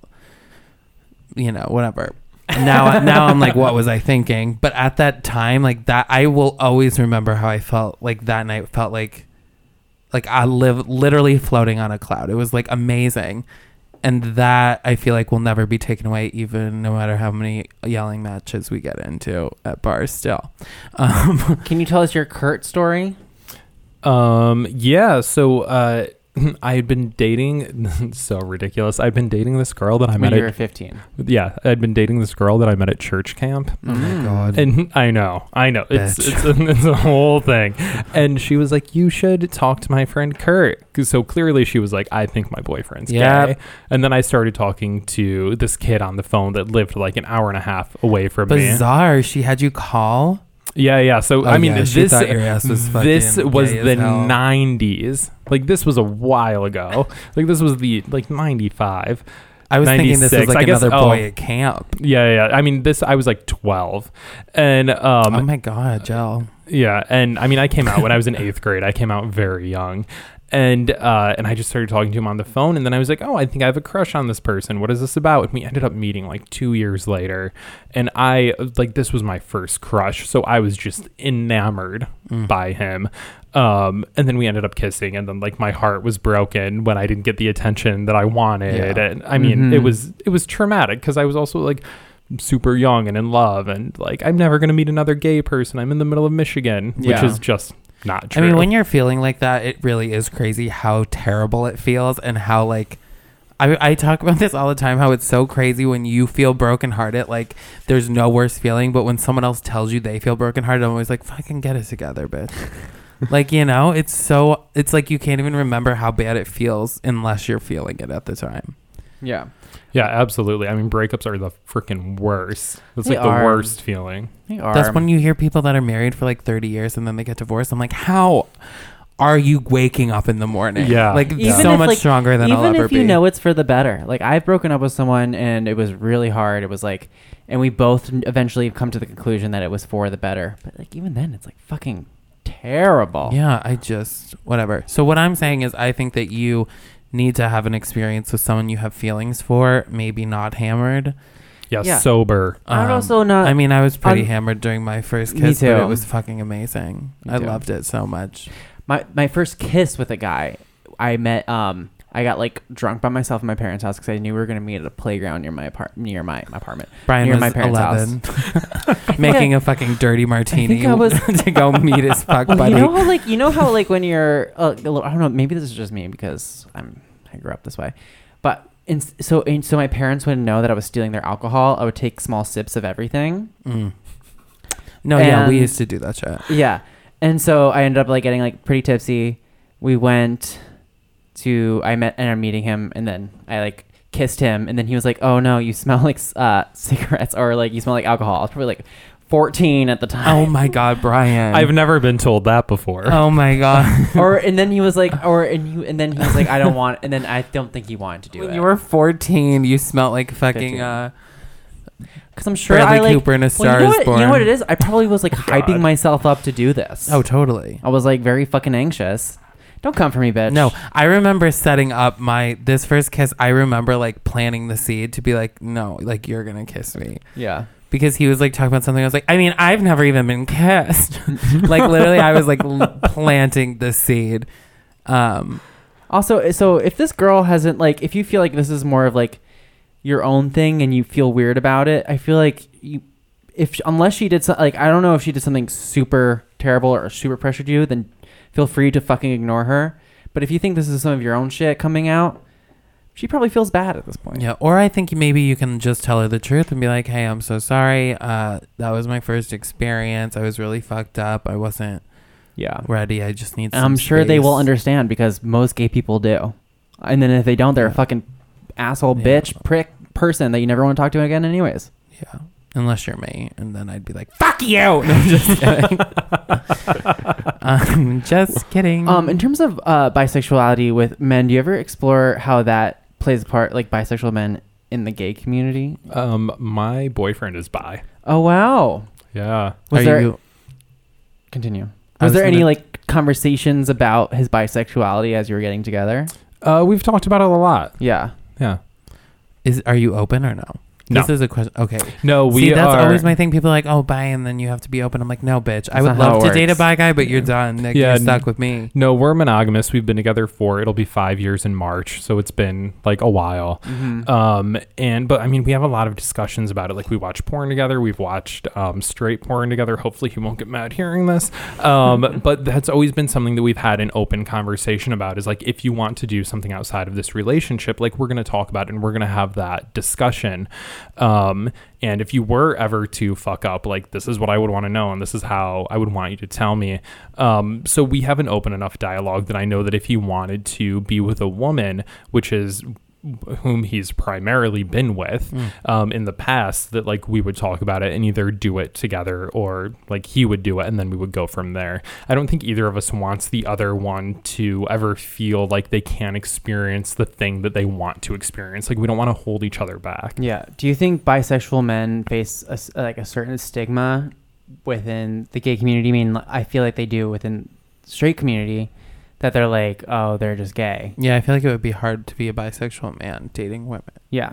you know, whatever. now, now I'm like, what was I thinking? But at that time, like that, I will always remember how I felt. Like that night felt like like I live literally floating on a cloud. It was like amazing. And that I feel like will never be taken away, even no matter how many yelling matches we get into at bars still. Um,
Can you tell us your Kurt story?
Um, yeah, so uh I had been dating so ridiculous. I'd been dating this girl that I
When
met
you were
at,
15.
yeah, I'd been dating this girl that I met at church camp.
oh my God.
And I know, I know, it's
Bitch.
it's a, it's a whole thing. And she was like, "You should talk to my friend Kurt." 'Cause So clearly, she was like, "I think my boyfriend's
Yep.
gay." And then I started talking to this kid on the phone that lived like an hour and a half away from me.
Bizarre. She had you call.
Yeah, yeah. So
Oh,
I mean,
yeah, she
this
thought your ass was
this
fucking
was
gay as
the
hell.
'90s. Like this was a while ago. like this was the like '95.
I was thinking this was
96.
like
I guess-
another boy
oh.
at camp.
Yeah, yeah, yeah. I mean, this I was like 12, and um,
oh my God, Jill.
yeah, and I mean, I came out when I was in eighth grade. I came out very young, and uh, and I just started talking to him on the phone, and then I was like, oh, I think I have a crush on this person. What is this about? And we ended up meeting like two years later, and I like this was my first crush, so I was just enamored by him. Um, and then we ended up kissing, and then like my heart was broken when I didn't get the attention that I wanted,
Yeah.
and I mean, it was it was traumatic because I was also like super young and in love and like I'm never gonna meet another gay person. I'm in the middle of Michigan,
Yeah.
which is just not true.
I mean, when you're feeling like that, it really is crazy how terrible it feels and how like. I, I talk about this all the time how it's so crazy when you feel brokenhearted like there's no worse feeling but when someone else tells you they feel brokenhearted I'm always like fucking get it together bitch like you know it's so it's like you can't even remember how bad it feels unless you're feeling it at the time
Yeah.
yeah, absolutely. I mean, breakups are the freaking worst. It's
They
like the
are.
worst feeling.
They are.
that's when you hear people that are married for like 30 years and then they get divorced I'm like how are you waking up in the morning
Yeah.
like
Even
so
if,
much
like,
stronger than
even
I'll ever
if you
be
know it's for the better. Like I've broken up with someone and it was really hard. It was like, and we both n- eventually come to the conclusion that it was for the better. But like even then, it's like fucking terrible.
Yeah, I just whatever. So what I'm saying is I think that you need to have an experience with someone you have feelings for, maybe not hammered. Um,
Yeah,
Yeah.
sober.
I'm also not-
I mean, I was pretty
I'm-
hammered during my first
Me
kiss, but it
too.
was fucking amazing.
Me
I
too.
loved it so much.
My my first kiss with a guy, I met. Um, I got like drunk by myself at my parents' house because I knew we were gonna meet at a playground near my apart near my, my apartment.
Brian
near
was
my parents' house.
11, making a fucking dirty martini
I was-
to go meet his fuck
Well,
buddy.
you know how like you know how like when you're uh, I don't know maybe this is just me because I'm I grew up this way, but and s- so and so my parents wouldn't know that I was stealing their alcohol. I would take small sips of everything.
Mm. No, yeah, we
And-
used to do that shit.
Yeah, and so I ended up like getting like pretty tipsy. We went to I met and I'm meeting him, and then I like kissed him, and then he was like, "Oh no, you smell like c- uh, cigarettes or like you smell like alcohol." I was probably like 14 at the time.
Oh my god, Brian.
I've never been told that before.
oh my god.
or and then he was like, or and you and then he was like, I don't want, and then I don't think he wanted to do
when
it.
you were 14, you smelled like fucking
15.
uh
because I'm sure
Bradley
I like
Cooper in A
well,
Star
you know
Is
what, You
Born.
know what it is? I probably was like hyping
God.
myself up to do this.
Oh, totally.
I was like very fucking anxious. Don't come for me, bitch.
No, I remember setting up my this first kiss. I remember like planting the seed to be like, no, like you're gonna kiss me.
Yeah.
because he was like talking about something. I was like, I mean, I've never even been kissed. like literally, I was like l- planting the seed. Um,
Also, so if this girl hasn't like, if you feel like this is more of like your own thing and you feel weird about it, I feel like you, if unless she did something like I don't know if she did something super terrible or super pressured you, then feel free to fucking ignore her. But if you think this is some of your own shit coming out, she probably feels bad at this point.
yeah, or I think maybe you can just tell her the truth and be like, "Hey, I'm so sorry. Uh, that was my first experience. I was really fucked up. I wasn't
Yeah.
ready. I just need." Some
I'm sure they will
space."
understand because most gay people do. And then if they don't, they're a fucking asshole,
Yeah.
bitch, prick person that you never want to talk to again, anyways.
Yeah. Unless you're me, and then I'd be like, "Fuck you!" No, I'm just kidding. um, just kidding.
Um, in terms of uh, bisexuality with men, do you ever explore how that plays a part, like bisexual men in the gay community?
Um, my boyfriend is bi.
Oh wow!
Yeah.
Was
Are
there
you-
continue?
I
Was,
was
there any
gonna-
like conversations about his bisexuality as you were getting together?
Uh, we've talked about it a lot.
Yeah.
Yeah.
is are you open or no?
No.
This is a question. Okay.
No, we
See, that's
are.
always my thing. People are like, oh, bye, and then you have to be open. I'm like, no, bitch.
That's
I would
not how
love
it
to date a
works.
bi guy, but you're done. Nick,
Yeah,
you're
n-
stuck with me.
no, we're monogamous. We've been together for it'll be five years in March, so it's been like a while.
Mm-hmm. Uh,
Um, and but I mean, we have a lot of discussions about it. Like we watch porn together. We've watched um, straight porn together. Hopefully, he won't get mad hearing this. Um, but that's always been something that we've had an open conversation about. Is like if you want to do something outside of this relationship, like we're going to talk about it and we're going to have that discussion. Um, and if you were ever to fuck up, like this is what I would want to know, and this is how I would want you to tell me. Um, so we have an open enough dialogue that I know that if he wanted to be with a woman, which is whom he's primarily been with um, in the past that like we would talk about it and either do it together or like he would do it and then we would go from there i don't think either of us wants the other one to ever feel like they can experience the thing that they want to experience like we don't want to hold each other back
Yeah. Do you think bisexual men face a s like a certain stigma within the gay community? I mean, I feel like they do within straight community that they're like, oh, they're just gay.
Yeah, I feel like it would be hard to be a bisexual man dating women.
Yeah.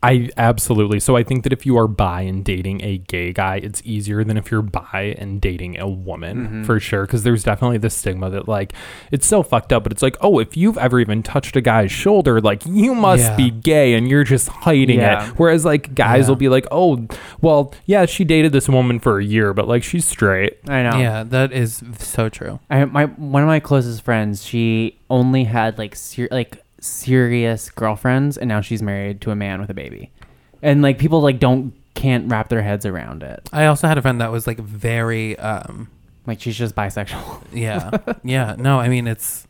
I absolutely. So I think that if you are bi and dating a gay guy, it's easier than if you're bi and dating a woman for sure. Because there's definitely this stigma that like it's so fucked up, but it's like, oh, if you've ever even touched a guy's shoulder, like you must
Yeah.
be gay and you're just hiding
Yeah.
it. Whereas like guys
Yeah.
will be like, oh, well, yeah, she dated this woman for a year, but like she's straight.
I know.
Yeah, that is so true.
I my one of my closest friends, she only had like ser- like serious girlfriends, and now she's married to a man with a baby, and like people like don't can't wrap their heads around it.
I also had a friend that was like very, um,
Like she's just bisexual.
yeah, yeah. No, I mean, it's,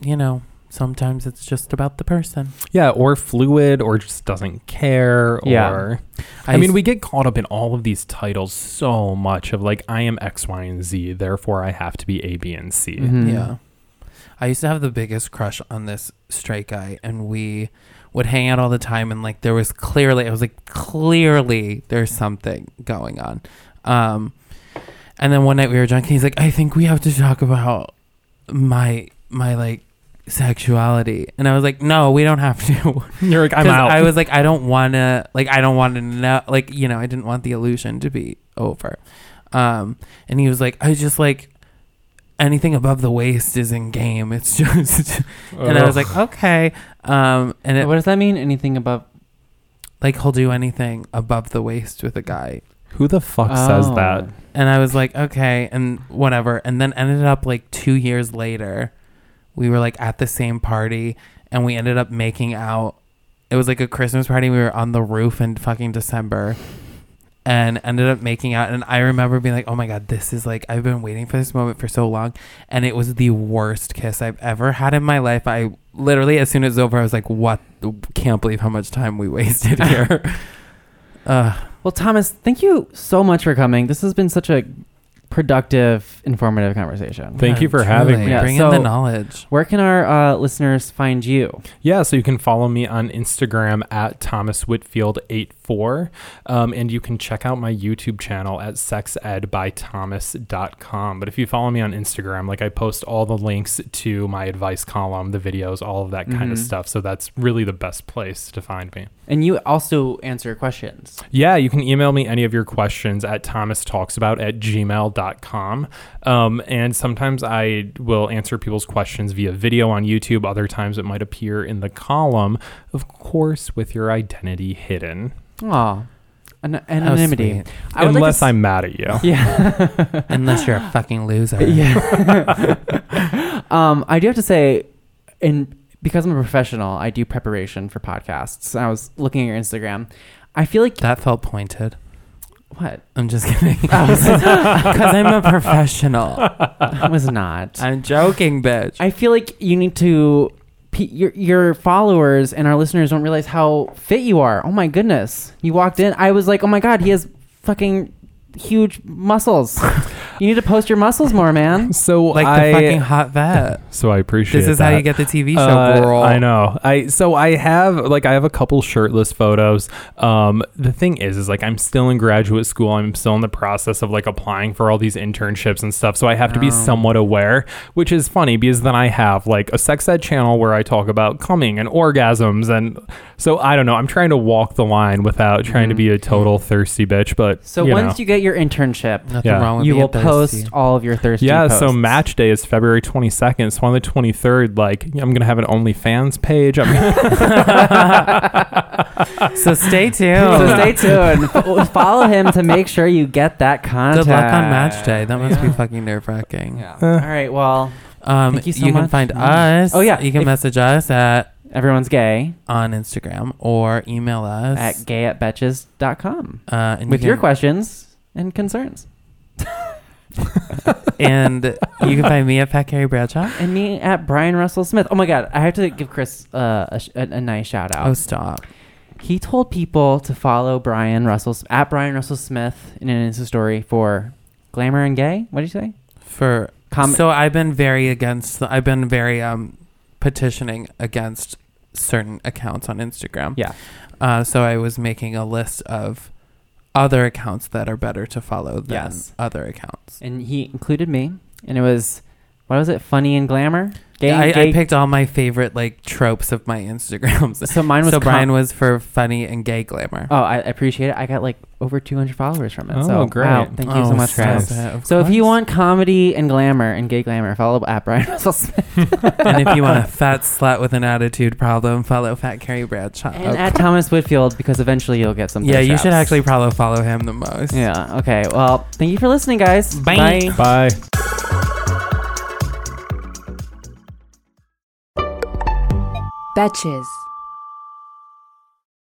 you know, sometimes it's just about the person.
Yeah, or fluid, or just doesn't care.
Yeah.
Or
I
I, mean,
s-
we get caught up in all of these titles so much of like, I am X, Y, and Z, therefore I have to be A, B, and C.
Mm-hmm.
Yeah. I used to have the biggest crush on this straight guy, and we would hang out all the time. And like, there was clearly, I was like, clearly there's something going on. Um, and then one night we were drunk, and he's like, I think we have to talk about my, my like, sexuality and i was like no we don't have to
You're like, I'm
'Cause
out.
i was like i don't want to like i don't want to know like you know i didn't want the illusion to be over um and he was like i just like anything above the waist is in game it's just and i was like okay um and it
what does that mean? Anything above?
like he'll do anything above the waist with a guy
who the fuck says
Oh.
that?
and i was like okay and whatever and then ended up like two years later we were like at the same party and we ended up making out it was like a christmas party we were on the roof in fucking december and ended up making out and i remember being like oh my god this is like i've been waiting for this moment for so long and it was the worst kiss i've ever had in my life i literally as soon as it was over i was like what can't believe how much time we wasted here uh,
Well, Thomas, thank you so much for coming. This has been such a productive, informative conversation.
Thank you for having me.
Yeah,
Yeah,
Uh, bring
so-
in the knowledge
Where can our uh, listeners find you?
Yeah, so you can follow me on Instagram at Thomas Whitfield eight four. Um, and you can check out my YouTube channel at sexedbythomas.com. But if you follow me on Instagram, like I post all the links to my advice column, the videos, all of that kind of
Mm-hmm.
stuff. So that's really the best place to find me.
And you also answer questions.
Yeah, you can email me any of your questions at thomastalksabout at gmail.com. Um, and sometimes I will answer people's questions via video on YouTube. Other times it might appear in the column, of course, with your identity hidden.
Aw, an- anonymity.
Oh, sweet.
I would like to
Unless
s-
I'm mad at you.
Yeah.
Unless you're a fucking loser.
yeah. um, I do have to say, and because I'm a professional, I do preparation for podcasts. I was looking at your Instagram. I feel like
That felt pointed.
what
I'm just kidding.
Oh,
Because I'm a professional.
I was not.
I'm joking, bitch.
I feel like you need to. pe- Your your followers and our listeners don't realize how fit you are. Oh my goodness! You walked in. I was like, oh my god, he has fucking huge muscles. you need to post your muscles more, man.
So
like
I,
the fucking hot vet.
so I appreciate
This is how
that.
you get the TV show,
Uh,
girl.
I know. I so I have like I have a couple shirtless photos. Um, the thing is, is like I'm still in graduate school. I'm still in the process of like applying for all these internships and stuff. So I have to be somewhat aware, which is funny because then I have like a sex ed channel where I talk about coming and orgasms, and so I don't know. I'm trying to walk the line without trying to be a total thirsty bitch. But
So
you
once
know.
you get your internship,
Nothing
Yeah.
wrong with
you
being
will post
thirsty.
all of your thirsty.
Yeah, so
posts.
match day is February 22nd. So on the 23rd, like, I'm going to have an OnlyFans page. I'm
So stay tuned.
So stay tuned. Fo- Follow him to make sure you get that content.
Good luck on match day. That must be fucking nerve wracking.
Yeah. All right. Well,
Um,
Thank you
you,
so
can
much.
find
Mm.
us.
Oh, yeah.
You can
If-
message us at
everyone's gay
on Instagram or email us
at gay at betches.com
uh, and
with
you
your
can-
questions and concerns.
and you can find me at Pat Carey Bradshaw.
And me at Brian Russell Smith. Oh my God. I have to give Chris uh, a, sh- a, a nice shout out.
Oh, stop.
He told people to follow Brian Russell at Brian Russell Smith in an Insta story for glamour and gay. What did you say?
For
Com-
so I've been very against. I've been very um petitioning against certain accounts on Instagram.
Yeah.
Uh, so I was making a list of other accounts that are better to follow than
Yes.
other accounts.
And he included me. And it was, what was it? Funny and glamour? Gay,
I,
gay-
I picked all my favorite like tropes of my Instagrams.
So mine was
so
com-
Brian was for funny and gay glamour.
Oh, I I appreciate it. I got like over 200 followers from it.
Oh,
so,
great.
wow, thank you so
Oh,
much,
stop
guys.
it, of
So if you
course.
want comedy and glamour and gay glamour, follow at Brian Russell Smith
and if you want a fat slut with an attitude problem, follow Fat Carrie Bradshaw.
and at Thomas Whitfield because eventually you'll get some.
yeah,
thirst
you should
traps.
actually probably follow him the most.
Yeah. Okay. Well, thank you for listening, guys.
Bye.
Bye.
Bye.
Betches.